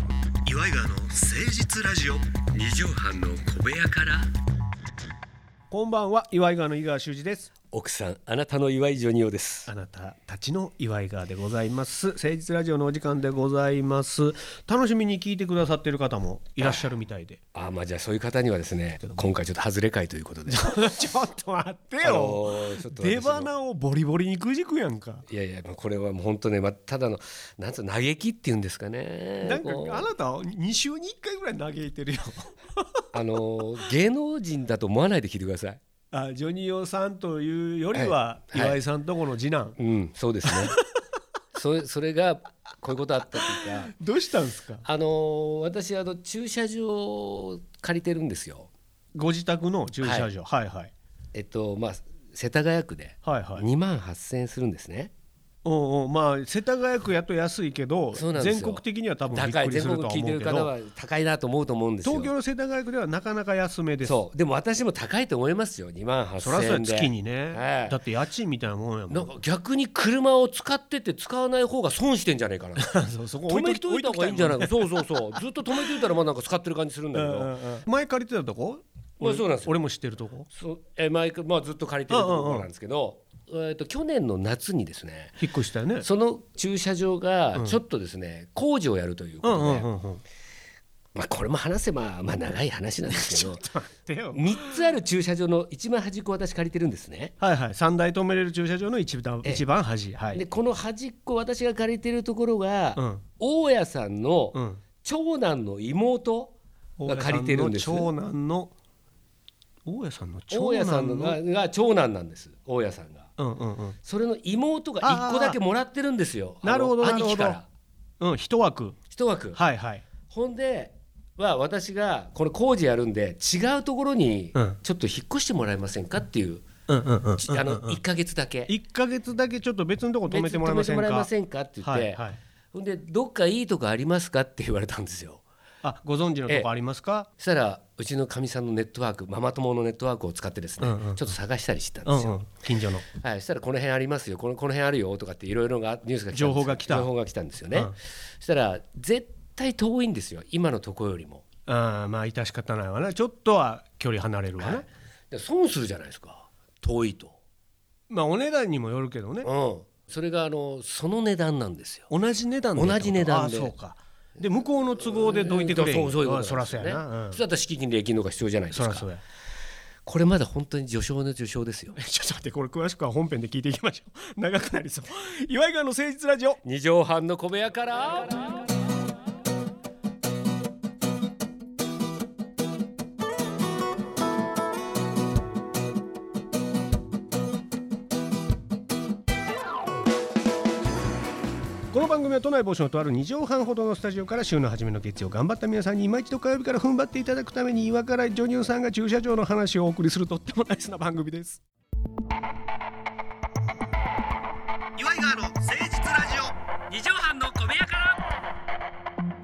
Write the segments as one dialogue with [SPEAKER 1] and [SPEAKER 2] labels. [SPEAKER 1] イガーの誠実ラジオ
[SPEAKER 2] 二畳半の小部屋から
[SPEAKER 1] こんばんは岩井川の井川修司です
[SPEAKER 2] 奥さんあなたの岩井ジョニオです
[SPEAKER 1] あなたたちの岩井川でございます誠実ラジオのお時間でございます楽しみに聞いてくださってる方もいらっしゃるみたいで
[SPEAKER 2] あまあじゃあそういう方にはですね今回ちょっと外れ会という こと で
[SPEAKER 1] ちょっと待って
[SPEAKER 2] あのーちょっと私の
[SPEAKER 1] 出花をボリボリにくじくやんか
[SPEAKER 2] いやいやまあこれはもう本当ねまあただのなんつうの嘆きっていうんですかね
[SPEAKER 1] なんか
[SPEAKER 2] こう
[SPEAKER 1] あなた2週に1回ぐらい嘆いてる よ
[SPEAKER 2] あの芸能人だと思わないで聞いてください
[SPEAKER 1] あジョニオさんというよりは
[SPEAKER 2] はいはい
[SPEAKER 1] 岩井さんとこの次男、
[SPEAKER 2] うんそうですね それそれがこういうことあったというか
[SPEAKER 1] どうしたんですか
[SPEAKER 2] あの私あの駐車場を借りてるんですよ
[SPEAKER 1] ご自宅の駐車場、はい、はい
[SPEAKER 2] えっとまあ世田谷区で
[SPEAKER 1] はいはい
[SPEAKER 2] 2万8000円するんですね、
[SPEAKER 1] おうおうまあ世田谷区やと安いけど
[SPEAKER 2] そうなんです
[SPEAKER 1] 全
[SPEAKER 2] よ
[SPEAKER 1] 国的には多分びっ
[SPEAKER 2] 高い
[SPEAKER 1] くり
[SPEAKER 2] 全
[SPEAKER 1] する
[SPEAKER 2] 国
[SPEAKER 1] とは
[SPEAKER 2] 聞いて
[SPEAKER 1] 思う
[SPEAKER 2] る
[SPEAKER 1] け
[SPEAKER 2] 方
[SPEAKER 1] ど
[SPEAKER 2] は高いなと思うと思うんですよ
[SPEAKER 1] 東京の世田谷区ではなかなか安めです
[SPEAKER 2] そうでも私も高いと思いますよ2万8000円で
[SPEAKER 1] そりゃそうや月にね、
[SPEAKER 2] は
[SPEAKER 1] だ
[SPEAKER 2] い
[SPEAKER 1] って家賃みたいなもんやも
[SPEAKER 2] なんんか逆に車を使ってて使わない方が損してんじゃねえ かな
[SPEAKER 1] そうそこ
[SPEAKER 2] 止めといた方がいいんじゃないいかそうそうそうずっと止めといたらまあなんか使ってる感じするんだけど、
[SPEAKER 1] 前借りてたとこ
[SPEAKER 2] まあそうなんですよ
[SPEAKER 1] 俺も知ってるとこ
[SPEAKER 2] そうえマイク、まあ、ずっと借りてるところなんですけど、えー、と去年の夏にですね
[SPEAKER 1] 引っ越したよね
[SPEAKER 2] その駐車場がちょっとですね、工事をやるというこ
[SPEAKER 1] うん
[SPEAKER 2] と
[SPEAKER 1] う
[SPEAKER 2] で、
[SPEAKER 1] んうんうん
[SPEAKER 2] まあ、これも話せば、まあ、長い話なんです けど
[SPEAKER 1] 待ってよ
[SPEAKER 2] 3つある駐車場の一番端っこを私借りてるんですね。
[SPEAKER 1] はいはい三台止めれる駐車場の一番
[SPEAKER 2] ええ
[SPEAKER 1] 一番端はい
[SPEAKER 2] でこの端っこ私が借りてるところが、
[SPEAKER 1] うん
[SPEAKER 2] 大家さんの
[SPEAKER 1] うん
[SPEAKER 2] 長男の妹が借りてるんです
[SPEAKER 1] 大家さの長男の大家さんの長
[SPEAKER 2] 大家さん
[SPEAKER 1] 男
[SPEAKER 2] の
[SPEAKER 1] の
[SPEAKER 2] がが長男なんです大家さんが
[SPEAKER 1] うんうんうん
[SPEAKER 2] それの妹が1個だけもらってるんですよ
[SPEAKER 1] あー
[SPEAKER 2] あの
[SPEAKER 1] なるほど
[SPEAKER 2] 兄貴か
[SPEAKER 1] なる
[SPEAKER 2] ら
[SPEAKER 1] うん一枠
[SPEAKER 2] 一枠
[SPEAKER 1] はいはい
[SPEAKER 2] ほんでは私がこの工事やるんで違うところに
[SPEAKER 1] うん
[SPEAKER 2] ちょっと引っ越してもらえませんかっていう、
[SPEAKER 1] うんうんうん
[SPEAKER 2] ちあの1か月だけ
[SPEAKER 1] 1か月だけちょっと別のとこ止めてもらえません
[SPEAKER 2] 別に止めてもらえま
[SPEAKER 1] か
[SPEAKER 2] せんかって言っ
[SPEAKER 1] は
[SPEAKER 2] て、
[SPEAKER 1] いはい
[SPEAKER 2] ほんでどっかいいとこありますかって言われたんですよ
[SPEAKER 1] あご存知のとこありますか
[SPEAKER 2] そしたらうちのかみさんのネットワークママ友のネットワークを使ってですね、
[SPEAKER 1] うんうん
[SPEAKER 2] ちょっと探したりしてた
[SPEAKER 1] う
[SPEAKER 2] ん
[SPEAKER 1] ん
[SPEAKER 2] ですよ、
[SPEAKER 1] うん近所の
[SPEAKER 2] はい、そしたらこの辺ありますよこのこの辺あるよとかっていろいろがニュースが来たんですよ
[SPEAKER 1] 情報が来た
[SPEAKER 2] 情報が来たんですよね、
[SPEAKER 1] うん
[SPEAKER 2] そしたら絶対遠いんですよ今のとこよりも、
[SPEAKER 1] あーまあ致し方ないわなちょっとは距離離れるわ
[SPEAKER 2] は、
[SPEAKER 1] ない
[SPEAKER 2] で損するじゃないですか遠いと、
[SPEAKER 1] まあお値段にもよるけどね
[SPEAKER 2] うん、それがあのその値段なんですよ
[SPEAKER 1] 同じ値段で
[SPEAKER 2] 同じ値段で
[SPEAKER 1] あそうかで向こうの都合でどいてくれ
[SPEAKER 2] そうそういうこと
[SPEAKER 1] あそ
[SPEAKER 2] な
[SPEAKER 1] ら
[SPEAKER 2] んです
[SPEAKER 1] そ
[SPEAKER 2] よ
[SPEAKER 1] う
[SPEAKER 2] ね
[SPEAKER 1] やなうん
[SPEAKER 2] そうだったら敷金礼金の方が必要じゃないです
[SPEAKER 1] そ
[SPEAKER 2] から
[SPEAKER 1] そうや
[SPEAKER 2] これまだ本当に序章の序章ですよ
[SPEAKER 1] ちょっと待ってこれ詳しくは本編で聞いていきましょう 長くなりそう岩井川の誠実ラジオ
[SPEAKER 2] 二畳半の小部屋から
[SPEAKER 1] この番組は都内某所のとある2畳半ほどのスタジオから週の初めの月曜頑張った皆さんに今一度火曜日から踏ん張っていただくために岩倉ジョニオさんが駐車場の話をお送りするとってもナイスな番組です岩井川の誠実ラジオ
[SPEAKER 2] 二畳半の小部屋から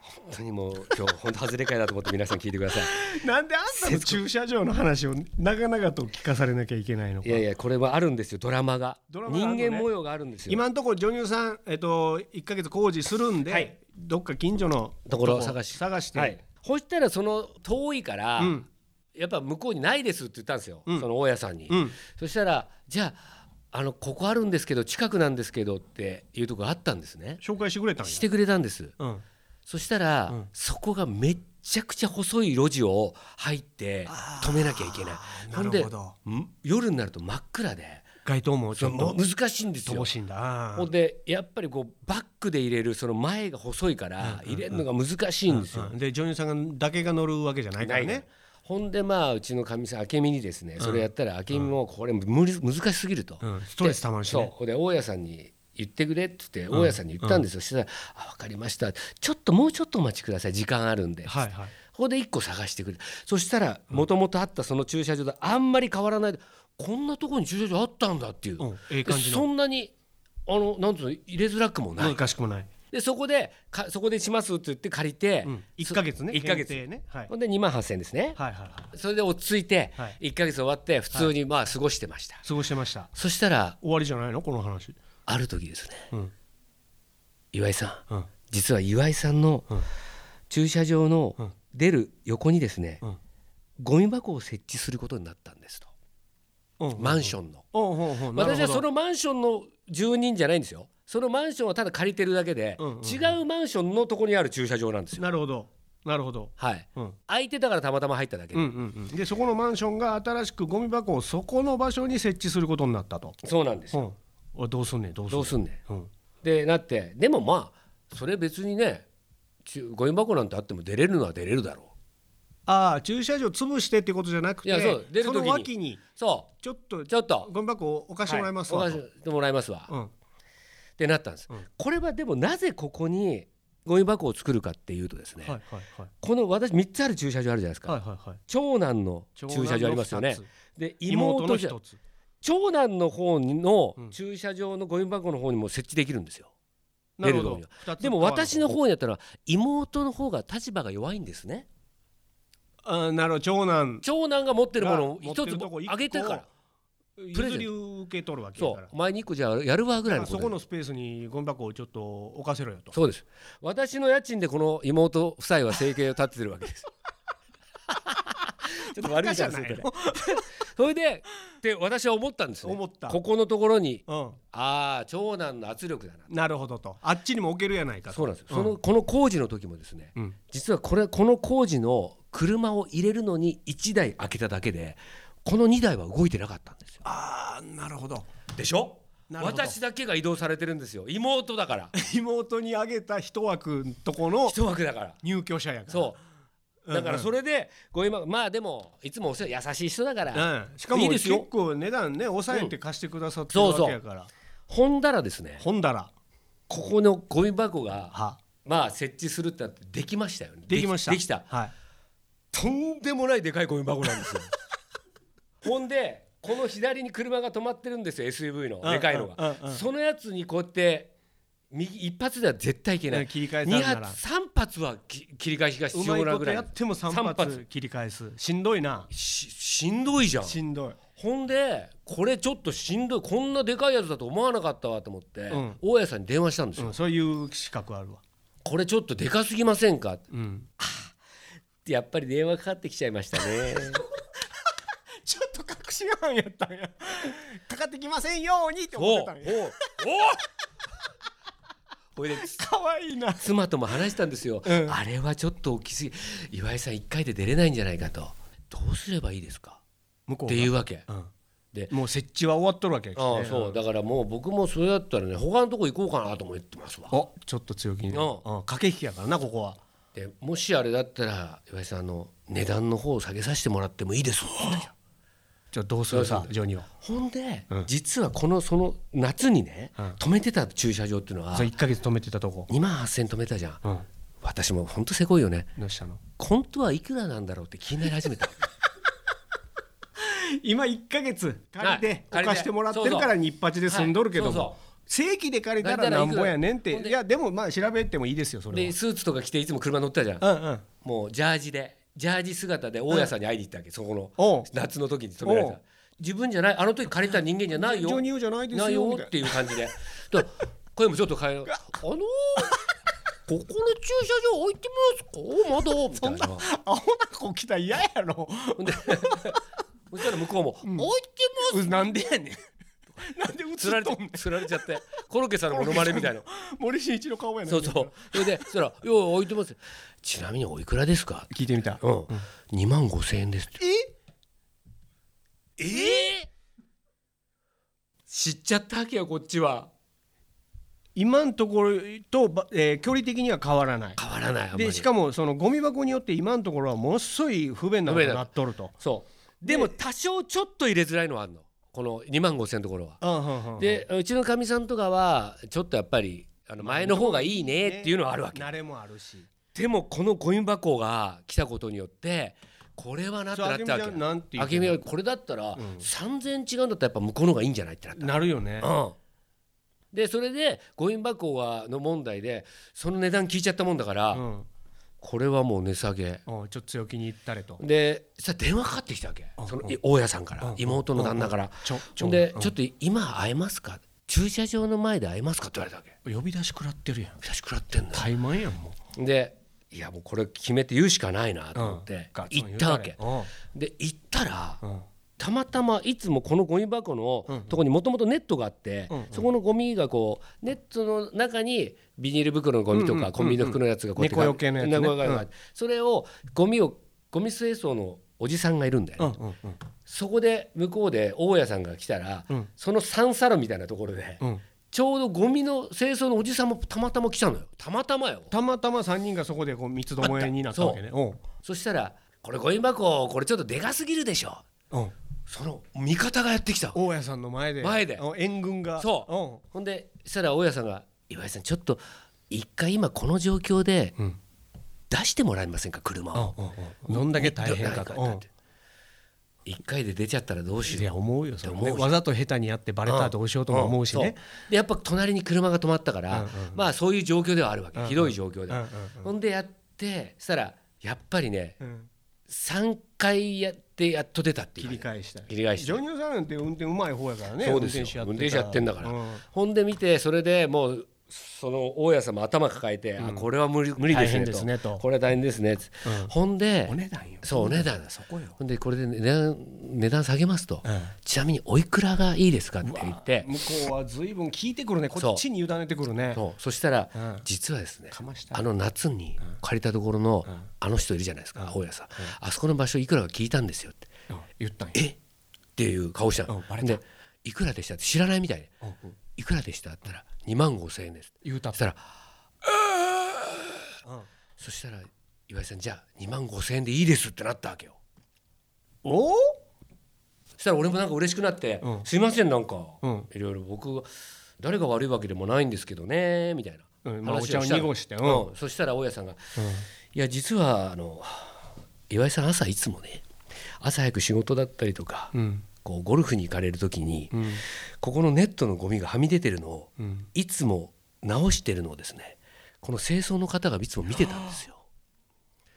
[SPEAKER 2] 本当にもう今日本当外れ会だと思って皆さん聞いてくださ い
[SPEAKER 1] なんであんたの駐車場の話を長々と聞かされなきゃいけないのか
[SPEAKER 2] いやいやこれはあるんですよドラマが
[SPEAKER 1] ドラマがあるのね
[SPEAKER 2] 人間模様があるんですよ
[SPEAKER 1] 今のところジョニオさん、えっと、1か月工事するんで、
[SPEAKER 2] はい
[SPEAKER 1] どっか近所の
[SPEAKER 2] ところを探し
[SPEAKER 1] 探して、
[SPEAKER 2] はいそしたらその遠いから、
[SPEAKER 1] ん
[SPEAKER 2] やっぱ向こうにないですって言ったんですよ、その大家さんに、
[SPEAKER 1] うん
[SPEAKER 2] そしたらじゃああのここあるんですけど近くなんですけどっていうとこがあったんですね
[SPEAKER 1] 紹介してくれたんや
[SPEAKER 2] してくれたんです
[SPEAKER 1] うん、
[SPEAKER 2] そしたら、そこがめっちゃくちゃ細い路地を入って止めなきゃいけない
[SPEAKER 1] ー
[SPEAKER 2] ほんで
[SPEAKER 1] なるほ
[SPEAKER 2] ん夜になると真っ暗で
[SPEAKER 1] 街灯もちょっ
[SPEAKER 2] も
[SPEAKER 1] と
[SPEAKER 2] う難しいんですよ
[SPEAKER 1] 乏しいんだあ
[SPEAKER 2] ほん
[SPEAKER 1] ー
[SPEAKER 2] でやっぱりこうバックで入れるその前が細いから入れるのが難しいんですよ、
[SPEAKER 1] うんでジョニオさんがだけが乗るわけじゃないからね
[SPEAKER 2] ほんでまあうちのかみさん明美にですねそれやったら明美もこれ無理難しすぎると、
[SPEAKER 1] うんストレス溜まるしね
[SPEAKER 2] でそうほんで大家さんに言ってくれって言って大家さんに言ったんですよ、そしたら「あ分かりましたちょっともうちょっとお待ちください時間あるんで」
[SPEAKER 1] はいはい
[SPEAKER 2] ここで1個探してくれそしたらもともとあったその駐車場とあんまり変わらないでこんなところに駐車場あったんだっていう、
[SPEAKER 1] うんええ感じの
[SPEAKER 2] でそんなにあのなんつうの入れづらくもない、
[SPEAKER 1] 難しくもない、
[SPEAKER 2] でそこでかそこでしますって言って借りて、
[SPEAKER 1] うん、1か月ね
[SPEAKER 2] 1ヶ月
[SPEAKER 1] 限定ね、はい、
[SPEAKER 2] ほんで2万8000円ですね、
[SPEAKER 1] はいはいはい
[SPEAKER 2] それで落ち着いて
[SPEAKER 1] はい
[SPEAKER 2] 1か月終わって普通にまあ過ごしてました、
[SPEAKER 1] 過ごしてました
[SPEAKER 2] そしたら
[SPEAKER 1] 終わりじゃないのこの話
[SPEAKER 2] ある時ですね、
[SPEAKER 1] うん
[SPEAKER 2] 岩井さん
[SPEAKER 1] うん
[SPEAKER 2] 実は岩井さんの
[SPEAKER 1] うん
[SPEAKER 2] 駐車場の
[SPEAKER 1] うん
[SPEAKER 2] 出る横にですね
[SPEAKER 1] うん
[SPEAKER 2] ゴミ箱を設置することになったんですと
[SPEAKER 1] うん
[SPEAKER 2] マンションの
[SPEAKER 1] おうほうほうなるほど
[SPEAKER 2] 私はそのマンションの住人じゃないんですよそのマンションはただ借りてるだけで
[SPEAKER 1] うんうんうん
[SPEAKER 2] 違うマンションのとこにある駐車場なんですよ
[SPEAKER 1] なるほどなるほど
[SPEAKER 2] はい
[SPEAKER 1] うん
[SPEAKER 2] 空いてたからたまたま入っただけ
[SPEAKER 1] う
[SPEAKER 2] で
[SPEAKER 1] んうんうんでそこのマンションが新しくゴミ箱をそこの場所に設置することになったと、
[SPEAKER 2] そうなんです
[SPEAKER 1] う
[SPEAKER 2] よ
[SPEAKER 1] ん、おいどうすんねんどうすん
[SPEAKER 2] ど
[SPEAKER 1] ね
[SPEAKER 2] うんすんねん
[SPEAKER 1] うん
[SPEAKER 2] でなってでもまあそれ別にね中ゴミ箱なんてあっても出れるのは出れるだろ
[SPEAKER 1] ああ駐車場潰してってことじゃなくて
[SPEAKER 2] いやそう出る時に
[SPEAKER 1] の脇に
[SPEAKER 2] うそ
[SPEAKER 1] ちょっと
[SPEAKER 2] うちょっと
[SPEAKER 1] ゴミ箱を置かしてもらいますわ、
[SPEAKER 2] はいお貸してもらいますわ、
[SPEAKER 1] う
[SPEAKER 2] っ
[SPEAKER 1] ん、
[SPEAKER 2] てなったんです、
[SPEAKER 1] うん
[SPEAKER 2] これはでもなぜここにゴミ箱を作るかっていうとですね、
[SPEAKER 1] はいはいはい
[SPEAKER 2] この私3つある駐車場あるじゃないですか、
[SPEAKER 1] はいはいはい
[SPEAKER 2] 長男の駐車場ありますよね
[SPEAKER 1] 長男の二つ
[SPEAKER 2] で
[SPEAKER 1] 妹
[SPEAKER 2] 妹
[SPEAKER 1] の
[SPEAKER 2] じゃ
[SPEAKER 1] 一つ
[SPEAKER 2] 長男の方の
[SPEAKER 1] うん
[SPEAKER 2] 駐車場のゴミ箱の方にも設置できるんですよ、
[SPEAKER 1] なるほ
[SPEAKER 2] 出
[SPEAKER 1] ど
[SPEAKER 2] る
[SPEAKER 1] 二つ
[SPEAKER 2] でも私の方にやったら妹の方が立場が弱いんですね
[SPEAKER 1] あなるほど長男
[SPEAKER 2] 長男が持ってるものを
[SPEAKER 1] 持って
[SPEAKER 2] 一つ
[SPEAKER 1] るとこ一個
[SPEAKER 2] あげてからゼント
[SPEAKER 1] 譲り受け取るわけだ
[SPEAKER 2] そ
[SPEAKER 1] から
[SPEAKER 2] う前に一個じゃあやるわぐらいの
[SPEAKER 1] あ
[SPEAKER 2] こと
[SPEAKER 1] そ
[SPEAKER 2] で
[SPEAKER 1] このスペースにゴミ箱をちょっと置かせろよと
[SPEAKER 2] そうです私の家賃でこの妹夫妻は生計を立ててるわけです ちょっと悪いじゃんそれ
[SPEAKER 1] バ
[SPEAKER 2] それでって私は思ったんですね
[SPEAKER 1] 思った
[SPEAKER 2] ここのところに
[SPEAKER 1] うん
[SPEAKER 2] ああ長男の圧力だな
[SPEAKER 1] なるほどとあっちにも置けるやないかと
[SPEAKER 2] そうなんですよ、
[SPEAKER 1] うん
[SPEAKER 2] そのこの工事の時もですね
[SPEAKER 1] うん
[SPEAKER 2] 実はこれこの工事の車を入れるのに1台開けただけでこの2台は動いてなかったんですよ
[SPEAKER 1] あーなるほど
[SPEAKER 2] でしょ
[SPEAKER 1] なるほど
[SPEAKER 2] 私だけが移動されてるんですよ妹だから
[SPEAKER 1] 妹にあげた一枠のとこの
[SPEAKER 2] 一枠だから
[SPEAKER 1] 入居者やから
[SPEAKER 2] そううんだからそれでご今まあでもいつもお世話優しい人だか
[SPEAKER 1] う
[SPEAKER 2] ら
[SPEAKER 1] ん、しかも
[SPEAKER 2] いいです
[SPEAKER 1] 結
[SPEAKER 2] よ
[SPEAKER 1] 構値段ね抑えて貸してくださってるわけやから、
[SPEAKER 2] ほんだらですね
[SPEAKER 1] ほんだら
[SPEAKER 2] ここのゴミ箱が
[SPEAKER 1] は
[SPEAKER 2] まあ設置するってなってできましたよね
[SPEAKER 1] できました
[SPEAKER 2] できた
[SPEAKER 1] はい
[SPEAKER 2] とんでもないでかいゴミ箱なんですよ ほんでこの左に車が止まってるんですよ SUV のでかいのが
[SPEAKER 1] うんうんうん
[SPEAKER 2] そのやつにこうやって右一発では絶対いけな
[SPEAKER 1] うん
[SPEAKER 2] い
[SPEAKER 1] 切り替えたん
[SPEAKER 2] 二
[SPEAKER 1] なら
[SPEAKER 2] 発三発はき切り返しが
[SPEAKER 1] う
[SPEAKER 2] 必
[SPEAKER 1] まい
[SPEAKER 2] 要な
[SPEAKER 1] こ
[SPEAKER 2] ぐ
[SPEAKER 1] と
[SPEAKER 2] らい
[SPEAKER 1] やっても3
[SPEAKER 2] 三
[SPEAKER 1] 発
[SPEAKER 2] 発
[SPEAKER 1] 切り返すしんどいな
[SPEAKER 2] ししんどいじゃん
[SPEAKER 1] しんどい
[SPEAKER 2] ほんでこれちょっとしんどいこんなでかいやつだと思わなかったわと思って、
[SPEAKER 1] ん
[SPEAKER 2] 大家さんに電話したんですよ、
[SPEAKER 1] うん、そういう資格あるわ、
[SPEAKER 2] これちょっとでかすぎませんかっ
[SPEAKER 1] うん、
[SPEAKER 2] てやっぱり電話かかってきちゃいましたね
[SPEAKER 1] ちょっと隠し犯やったんやかかってきませんようにって
[SPEAKER 2] おうおうお
[SPEAKER 1] ん
[SPEAKER 2] う
[SPEAKER 1] や
[SPEAKER 2] ほいで
[SPEAKER 1] かわいいな
[SPEAKER 2] 妻とも話したんですよ、
[SPEAKER 1] うん
[SPEAKER 2] あれはちょっと大きすぎ岩井さん1回で出れないんじゃないかとどうすればいいですか
[SPEAKER 1] 向こ
[SPEAKER 2] っ
[SPEAKER 1] うが
[SPEAKER 2] ていうわけ
[SPEAKER 1] うん
[SPEAKER 2] で
[SPEAKER 1] もう設置は終わっとるわけや
[SPEAKER 2] ああそうだからもう僕もそれだったらね他のとこ行こうかなと思ってますわ
[SPEAKER 1] おちょっと強気に、
[SPEAKER 2] うん
[SPEAKER 1] うん駆け引きやからなここは
[SPEAKER 2] でもしあれだったら岩井さんあの値段の方を下げさせてもらってもいいです
[SPEAKER 1] じゃあどうする
[SPEAKER 2] そう
[SPEAKER 1] さ
[SPEAKER 2] そう
[SPEAKER 1] ジョニーは
[SPEAKER 2] ほんで、
[SPEAKER 1] うん
[SPEAKER 2] 実はこのその夏にね、
[SPEAKER 1] うん
[SPEAKER 2] 止めてた駐車場っていうのは
[SPEAKER 1] それ1か月止めてたとこ、
[SPEAKER 2] 2万8,000止めたじゃん
[SPEAKER 1] うん、
[SPEAKER 2] 私もほんとせこいよね
[SPEAKER 1] どうしたの
[SPEAKER 2] 本当はいくらなんだろうって気になり始め た
[SPEAKER 1] 今1か月借り
[SPEAKER 2] はい
[SPEAKER 1] て
[SPEAKER 2] 借りて
[SPEAKER 1] 貸してもらってるから日八で済んどるけど
[SPEAKER 2] はいそう
[SPEAKER 1] も正規で借りたら
[SPEAKER 2] 借
[SPEAKER 1] な
[SPEAKER 2] りたら
[SPEAKER 1] ん
[SPEAKER 2] いくら
[SPEAKER 1] ぼやねんって
[SPEAKER 2] ほんで
[SPEAKER 1] いやでもまあ調べてもいいですよそれ
[SPEAKER 2] で
[SPEAKER 1] は
[SPEAKER 2] スーツとか着ていつも車乗ってたじゃん
[SPEAKER 1] うんうん
[SPEAKER 2] もうジャージでジャージ姿で大家さんに会いに行ったわけ、そこ
[SPEAKER 1] おう
[SPEAKER 2] の夏の時に止められ
[SPEAKER 1] おう
[SPEAKER 2] た自分じゃないあの時借りた人間じゃないよ
[SPEAKER 1] ジョニオじゃないですよ
[SPEAKER 2] ない
[SPEAKER 1] み
[SPEAKER 2] よ
[SPEAKER 1] たいな
[SPEAKER 2] っていう感じでだから声もちょっと変えようあのーここの駐車場置いてますかまだみたいな
[SPEAKER 1] アホな子来たら嫌やろ
[SPEAKER 2] ほんでそしたら向こうも「置いてます」
[SPEAKER 1] うなんでやねん なんで映っ
[SPEAKER 2] つられ
[SPEAKER 1] とんね
[SPEAKER 2] てつられちゃってコロッケさんのモノマネみたいな
[SPEAKER 1] ん森進一の顔やねん
[SPEAKER 2] そうそうそれでそしたら「いや置いてます」ちなみにおいくらですか?」
[SPEAKER 1] 聞いてみた
[SPEAKER 2] うん2万5千円です」って
[SPEAKER 1] え
[SPEAKER 2] ええ知っちゃったわけよこっちは
[SPEAKER 1] 今のところとば、えー距離的には変わらない
[SPEAKER 2] 変わらないあんまり
[SPEAKER 1] でしかもそのゴミ箱によって今のところはものすごい不便なことになっとると。
[SPEAKER 2] そうでも多少ちょっと入れづらいのはあるのこの2万5千のところは。
[SPEAKER 1] で
[SPEAKER 2] でうちのかみさんとかはちょっとやっぱりあの前の方がいいねっていうのはあるわけ
[SPEAKER 1] 慣れもあるし。
[SPEAKER 2] でもこのゴミ箱が来たことによってこれはなって
[SPEAKER 1] そう
[SPEAKER 2] な
[SPEAKER 1] あ
[SPEAKER 2] っ
[SPEAKER 1] けみ
[SPEAKER 2] た
[SPEAKER 1] ち
[SPEAKER 2] わ
[SPEAKER 1] ゃ
[SPEAKER 2] け
[SPEAKER 1] んなんて
[SPEAKER 2] あけみ
[SPEAKER 1] 言う
[SPEAKER 2] はこれだったら
[SPEAKER 1] ん
[SPEAKER 2] 3,000違うんだったらやっぱ向こうの方がいいんじゃないってなっ
[SPEAKER 1] のなるよね
[SPEAKER 2] た。うんでそれでゴミ箱はの問題でその値段聞いちゃったもんだから、
[SPEAKER 1] うん、
[SPEAKER 2] これはもう値下げ
[SPEAKER 1] うんちょっと強気に言ったれと。
[SPEAKER 2] でさ電話かかってきたわけ
[SPEAKER 1] ん
[SPEAKER 2] そのい大家さんから
[SPEAKER 1] うん
[SPEAKER 2] 妹の旦那から
[SPEAKER 1] ちょ
[SPEAKER 2] ほんで
[SPEAKER 1] うん
[SPEAKER 2] ちょっと今会えますか駐車場の前で会えますかって言われたわけ
[SPEAKER 3] 呼び出し食らってるやん
[SPEAKER 2] 私食らってんのよ
[SPEAKER 3] 怠慢やんも
[SPEAKER 2] でいやもうこれ決めて言うしかないなと思っ
[SPEAKER 3] う
[SPEAKER 2] て
[SPEAKER 3] ガツン
[SPEAKER 2] 行
[SPEAKER 3] 言
[SPEAKER 2] っ
[SPEAKER 3] う
[SPEAKER 2] た
[SPEAKER 3] た
[SPEAKER 2] わ
[SPEAKER 3] れ
[SPEAKER 2] けで行ったら
[SPEAKER 3] うん
[SPEAKER 2] たまたまいつもこのゴミ箱
[SPEAKER 3] うんうん
[SPEAKER 2] のとこにもともとネットがあって
[SPEAKER 3] うんうん
[SPEAKER 2] そこのゴミがこうネットの中にビニール袋のゴミと
[SPEAKER 1] うんうんうんう
[SPEAKER 2] か
[SPEAKER 1] ん
[SPEAKER 2] コンビニの袋のやつがこうやって
[SPEAKER 1] 猫よけのやつね
[SPEAKER 2] 猫よけのやつ
[SPEAKER 1] う
[SPEAKER 2] それをゴミをゴミ清掃のおじさんがいるんだよね、
[SPEAKER 3] うんうんうん
[SPEAKER 2] そこで向こうで大家さんが来たら、
[SPEAKER 3] うん
[SPEAKER 2] その三サロみたいなところで、
[SPEAKER 3] うん
[SPEAKER 2] ちょうどゴミの清掃のおじさんもたまたま来たのよたまたまよ
[SPEAKER 1] たまたま3人がそこでこう三つどもえになったわけねお
[SPEAKER 2] そしたら「これゴミ箱これちょっとでかすぎるでしょ
[SPEAKER 3] うん」
[SPEAKER 2] その味方がやってきたの
[SPEAKER 1] 大家さんの前で
[SPEAKER 2] 前で
[SPEAKER 1] お援軍が
[SPEAKER 2] そうほんでそしたら大家さんが「岩井さんちょっと一回今この状況で
[SPEAKER 3] うん
[SPEAKER 2] 出してもらえませんか車を」
[SPEAKER 3] うんうん
[SPEAKER 1] うんどんだけ大変かと
[SPEAKER 2] だって一回で出ちゃったらどうし
[SPEAKER 1] い
[SPEAKER 2] よ
[SPEAKER 1] や
[SPEAKER 2] う
[SPEAKER 1] 思うよそれね
[SPEAKER 2] 思うし
[SPEAKER 1] わざと下手にやってバレたらどうしようとも思うしね
[SPEAKER 2] そうでやっぱ隣に車が止まったから、まあそういう状況ではあるわけ、ひどい状況で、
[SPEAKER 1] うんうん
[SPEAKER 2] ほんでやってそしたらやっぱりね
[SPEAKER 1] うん
[SPEAKER 2] 3回やってやっと出たっていう
[SPEAKER 1] 切り返したい
[SPEAKER 2] 切り返し
[SPEAKER 1] ジョニオさんなんて運転うまい方やからね
[SPEAKER 2] そうですよ運転手やってんだから、ほんで見てそれでもうその大家さんも頭抱えて、あこれは無理無理ですね
[SPEAKER 1] 大変ですねと
[SPEAKER 2] これは大変ですねつって、ほんで
[SPEAKER 3] お値段よ
[SPEAKER 2] そうお値段
[SPEAKER 3] そこよ
[SPEAKER 2] ほんでこれで値段値段下げますと、
[SPEAKER 3] ん
[SPEAKER 2] ちなみにおいくらがいいですかって言って
[SPEAKER 1] 向こうは随分聞いてくるねこっちに委ねてくるね
[SPEAKER 2] そうそしたら、
[SPEAKER 1] うん
[SPEAKER 2] 実はですね
[SPEAKER 1] かました
[SPEAKER 2] あの夏に借りたところの、あの人いるじゃないですか、大家さん、あそこの場所いくらか聞いたんですよって
[SPEAKER 3] うん言ったんや
[SPEAKER 2] えっていう顔したの
[SPEAKER 3] うんバレた
[SPEAKER 2] でいくらでしたって知らないみたいで
[SPEAKER 3] うんうん
[SPEAKER 2] いくらでしたって言ったら2万5千円です
[SPEAKER 3] 言うた
[SPEAKER 2] そしたら
[SPEAKER 3] うん
[SPEAKER 2] そしたら岩井さんじゃあ2万5千円でいいですってなったわけよ
[SPEAKER 1] おお
[SPEAKER 2] そしたら俺もなんか嬉しくなって
[SPEAKER 3] う
[SPEAKER 2] 「
[SPEAKER 3] ん
[SPEAKER 2] すいませんなんか
[SPEAKER 3] うん
[SPEAKER 2] いろいろ僕が誰が悪いわけでもないんですけどね」みたいな
[SPEAKER 1] うんまあ
[SPEAKER 2] 話をした
[SPEAKER 1] お茶を
[SPEAKER 2] の
[SPEAKER 1] 濁してうん
[SPEAKER 2] うんそしたら大家さんが「いや実はあの岩井さん朝いつもね朝早く仕事だったりとか
[SPEAKER 3] うん
[SPEAKER 2] こうゴルフに行かれる時に
[SPEAKER 3] うん
[SPEAKER 2] ここのネットのゴミがはみ出てるのを
[SPEAKER 3] うん
[SPEAKER 2] いつも直してるのをですねこの清掃の方がいつも見てたんですよ。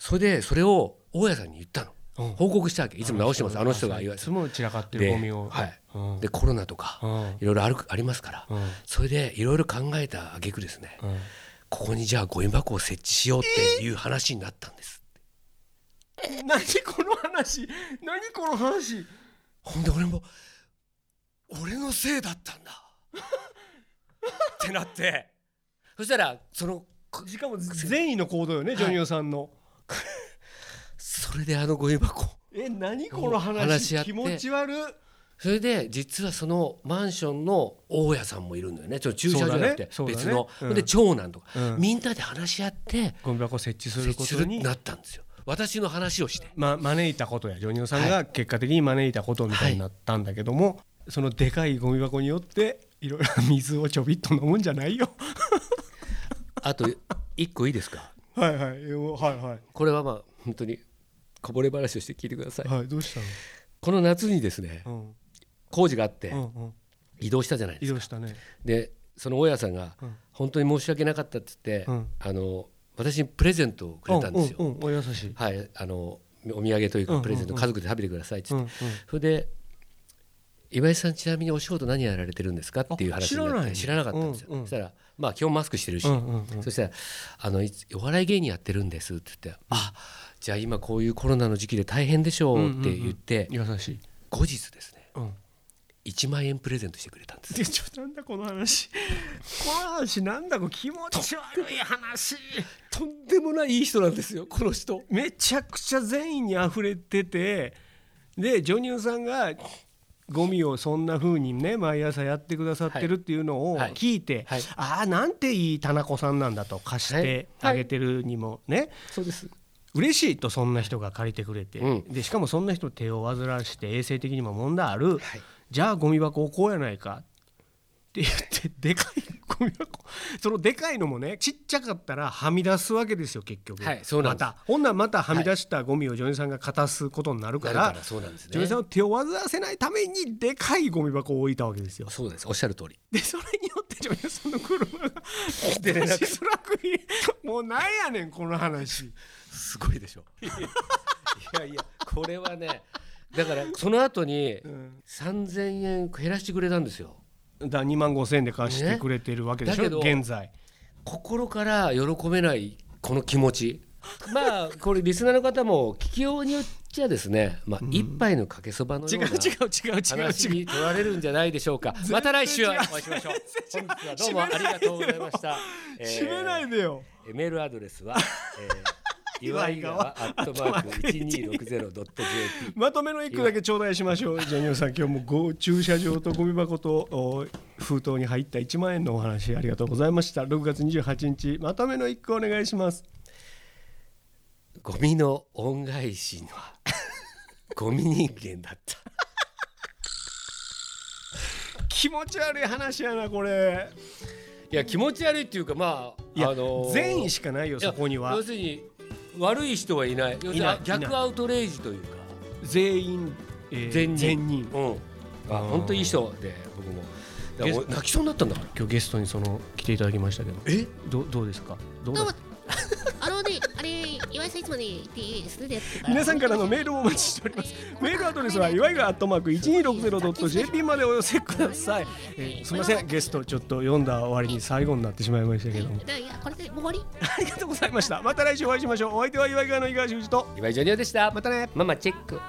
[SPEAKER 2] それでそれを大家さんに言ったの、
[SPEAKER 3] うん
[SPEAKER 2] 報告したわけいつも直してますあの人が言わ
[SPEAKER 1] い
[SPEAKER 2] れて
[SPEAKER 1] つも散らかってるゴミ
[SPEAKER 2] で,、
[SPEAKER 1] を
[SPEAKER 2] はい
[SPEAKER 3] うん
[SPEAKER 2] でコロナと
[SPEAKER 3] う
[SPEAKER 2] か
[SPEAKER 3] ん
[SPEAKER 2] いろいろあるありますから、
[SPEAKER 3] うん
[SPEAKER 2] それでいろいろ考えた挙句ですね、
[SPEAKER 3] うん
[SPEAKER 2] ここにじゃあゴミ箱を設置しようっていう話になったんです。
[SPEAKER 1] 何この話何この話
[SPEAKER 2] ほんで俺も俺のせいだった んだってなってそしたらその
[SPEAKER 1] しかも善意の行動よねジョニオさんの
[SPEAKER 2] それであのゴミ箱
[SPEAKER 1] え何この
[SPEAKER 2] 話し合
[SPEAKER 1] 話
[SPEAKER 2] って
[SPEAKER 1] 気持ち悪
[SPEAKER 2] それで実はそのマンションの大家さんもいるんだよねちょっと駐車場じゃなくて
[SPEAKER 1] そうだね
[SPEAKER 2] 別
[SPEAKER 1] そうだね
[SPEAKER 2] の、
[SPEAKER 1] うん
[SPEAKER 2] で長男とか、
[SPEAKER 1] うん
[SPEAKER 2] みんなで話し合って
[SPEAKER 1] ゴミ箱設置す
[SPEAKER 2] 設
[SPEAKER 1] る
[SPEAKER 2] 置
[SPEAKER 1] こ
[SPEAKER 2] す
[SPEAKER 1] と
[SPEAKER 2] るに
[SPEAKER 1] に
[SPEAKER 2] なったんですよ私の話 をして
[SPEAKER 1] ま、招いたことやジョニオさんが結果的に招いたことみたいになったんだけども、そのでかいゴミ箱によっていろいろ水をちょびっと飲むんじゃないよ
[SPEAKER 2] あと一個いいですか
[SPEAKER 1] はいはいえはいは
[SPEAKER 2] これはまあ本当にこぼれ話をして聞いてください、
[SPEAKER 1] いはいどうした
[SPEAKER 2] この夏にですね
[SPEAKER 1] の、うん
[SPEAKER 2] 工事があって
[SPEAKER 1] うんうん、
[SPEAKER 2] 移動したじゃない
[SPEAKER 1] 移
[SPEAKER 2] ですか、
[SPEAKER 1] 動したね
[SPEAKER 2] でその大家さんが
[SPEAKER 1] うん
[SPEAKER 2] 本当に申し訳なかったっつって、
[SPEAKER 1] うん
[SPEAKER 2] あの私にプレゼントをくれたんですよ、
[SPEAKER 1] うんうんうんお優しい、
[SPEAKER 2] はいあのお土産という
[SPEAKER 1] うんうんう
[SPEAKER 2] か
[SPEAKER 1] ん
[SPEAKER 2] プレゼント家族で食べてくださいっつって
[SPEAKER 1] うんうん
[SPEAKER 2] それで岩井さんちなみにお仕事何やられてるんですかっていう話になっ
[SPEAKER 1] あ知らな
[SPEAKER 2] て
[SPEAKER 1] い
[SPEAKER 2] 知らなかったんですよ、
[SPEAKER 1] うんうん
[SPEAKER 2] そしたらまあ基本マスクしてるし、
[SPEAKER 1] うんうんうん
[SPEAKER 2] そしたらあのいつ「お笑い芸人やってるんです」って言って「あじゃあ今こういうコロナの時期で大変でしょう」って言って、
[SPEAKER 1] 優しい、
[SPEAKER 2] 後日ですね
[SPEAKER 1] うん、
[SPEAKER 2] 1万円プレゼントしてくれたんです
[SPEAKER 1] でちょなんだこの話この話なんだこう気持ち悪い話
[SPEAKER 2] とんでもないいい人なんですよこの人
[SPEAKER 1] めちゃくちゃ善意にあふれててでジョニオさんがゴミをそんな風にね毎朝やってくださってるっていうのを
[SPEAKER 2] はい
[SPEAKER 1] 聞いて、
[SPEAKER 2] はい
[SPEAKER 1] ああなんていい田中さんなんだと貸してあげてるにもね、
[SPEAKER 2] そうです
[SPEAKER 1] 嬉しいとそんな人が借りてくれて、
[SPEAKER 2] うん
[SPEAKER 1] でしかもそんな人手を煩わして衛生的にも問題ある、
[SPEAKER 2] はい
[SPEAKER 1] じゃあゴミ箱置こうやないかって言ってでかいゴミ箱そのでかいのもねちっちゃかったらはみ出すわけですよ結局、
[SPEAKER 2] はいそうなんです
[SPEAKER 1] またほんならまたはみ出したゴミをジョニーさんが片すことになる
[SPEAKER 2] だ
[SPEAKER 1] か
[SPEAKER 2] かららそうなんです
[SPEAKER 1] ジョニ
[SPEAKER 2] ね
[SPEAKER 1] ーさんを手を煩わせないためにでかいゴミ箱を置いたわけですよ。
[SPEAKER 2] そうですおっしゃる 通り
[SPEAKER 1] でそれによってジョニーさんの車が出しづらくにもうなんやねんこの話。
[SPEAKER 2] すごいでしょいやいやこれはねだからその後に
[SPEAKER 1] うん
[SPEAKER 2] 3000円減らしてくれたんですよ
[SPEAKER 1] だ2万5,000円で貸してくれてるわけでし
[SPEAKER 2] ね
[SPEAKER 1] ょ、
[SPEAKER 2] だけど
[SPEAKER 1] 現在
[SPEAKER 2] 心から喜べないこの気持ちまあこれリスナーの方も聞きようによっちゃですね、まあ、一杯のかけそばのような
[SPEAKER 1] 違う違う
[SPEAKER 2] 話に取られるんじゃないでしょうかまた来週お会いしましょう本日はどうもありがとうございました
[SPEAKER 1] 閉めない
[SPEAKER 2] え
[SPEAKER 1] でよ
[SPEAKER 2] ーメールアドレスは、えー、 岩井川アットマーク 1260.jp
[SPEAKER 1] まとめの一句だけ頂戴しましょうジョニオさん今日もご駐車場とゴミ箱とお封筒に入った1万円のお話ありがとうございました6月28日まとめの一句お願いします
[SPEAKER 2] ゴミの恩返しはゴミ人間だった
[SPEAKER 1] 気持ち悪い話やなこれ
[SPEAKER 2] いや気持ち悪いっていうかまあ
[SPEAKER 1] いや、
[SPEAKER 2] あのー
[SPEAKER 1] 善意しかないよ
[SPEAKER 2] いや
[SPEAKER 1] そこには
[SPEAKER 2] 要するに悪い人はいない要するに
[SPEAKER 1] いない
[SPEAKER 2] あ逆アウトレイジというか
[SPEAKER 1] 全員、えー
[SPEAKER 2] 善人
[SPEAKER 1] 善人
[SPEAKER 2] うんあ
[SPEAKER 1] うん
[SPEAKER 2] 本当いい人で僕もだから俺泣きそうになったんだから
[SPEAKER 1] 今日ゲストにその来ていただきましたけど
[SPEAKER 2] え
[SPEAKER 1] どどうですかどう
[SPEAKER 4] ど
[SPEAKER 1] だ
[SPEAKER 4] うも。あのね、あれ、岩井さんいつもね、素手でやってる
[SPEAKER 1] 皆さんからのメールをお待ちしており ます。メールアドレスは祝いがアットマーク 1260.jp までお寄せください。えーすみません、ゲストちょっと読んだ終わりに最後になってしまいましたけども。
[SPEAKER 4] いや、これでもう終わり
[SPEAKER 1] ありがとうございました。また来週お会いしましょう。お相手は祝いがの井川修司と。
[SPEAKER 2] 岩井ジョニオでした
[SPEAKER 1] またね。
[SPEAKER 2] ママチェック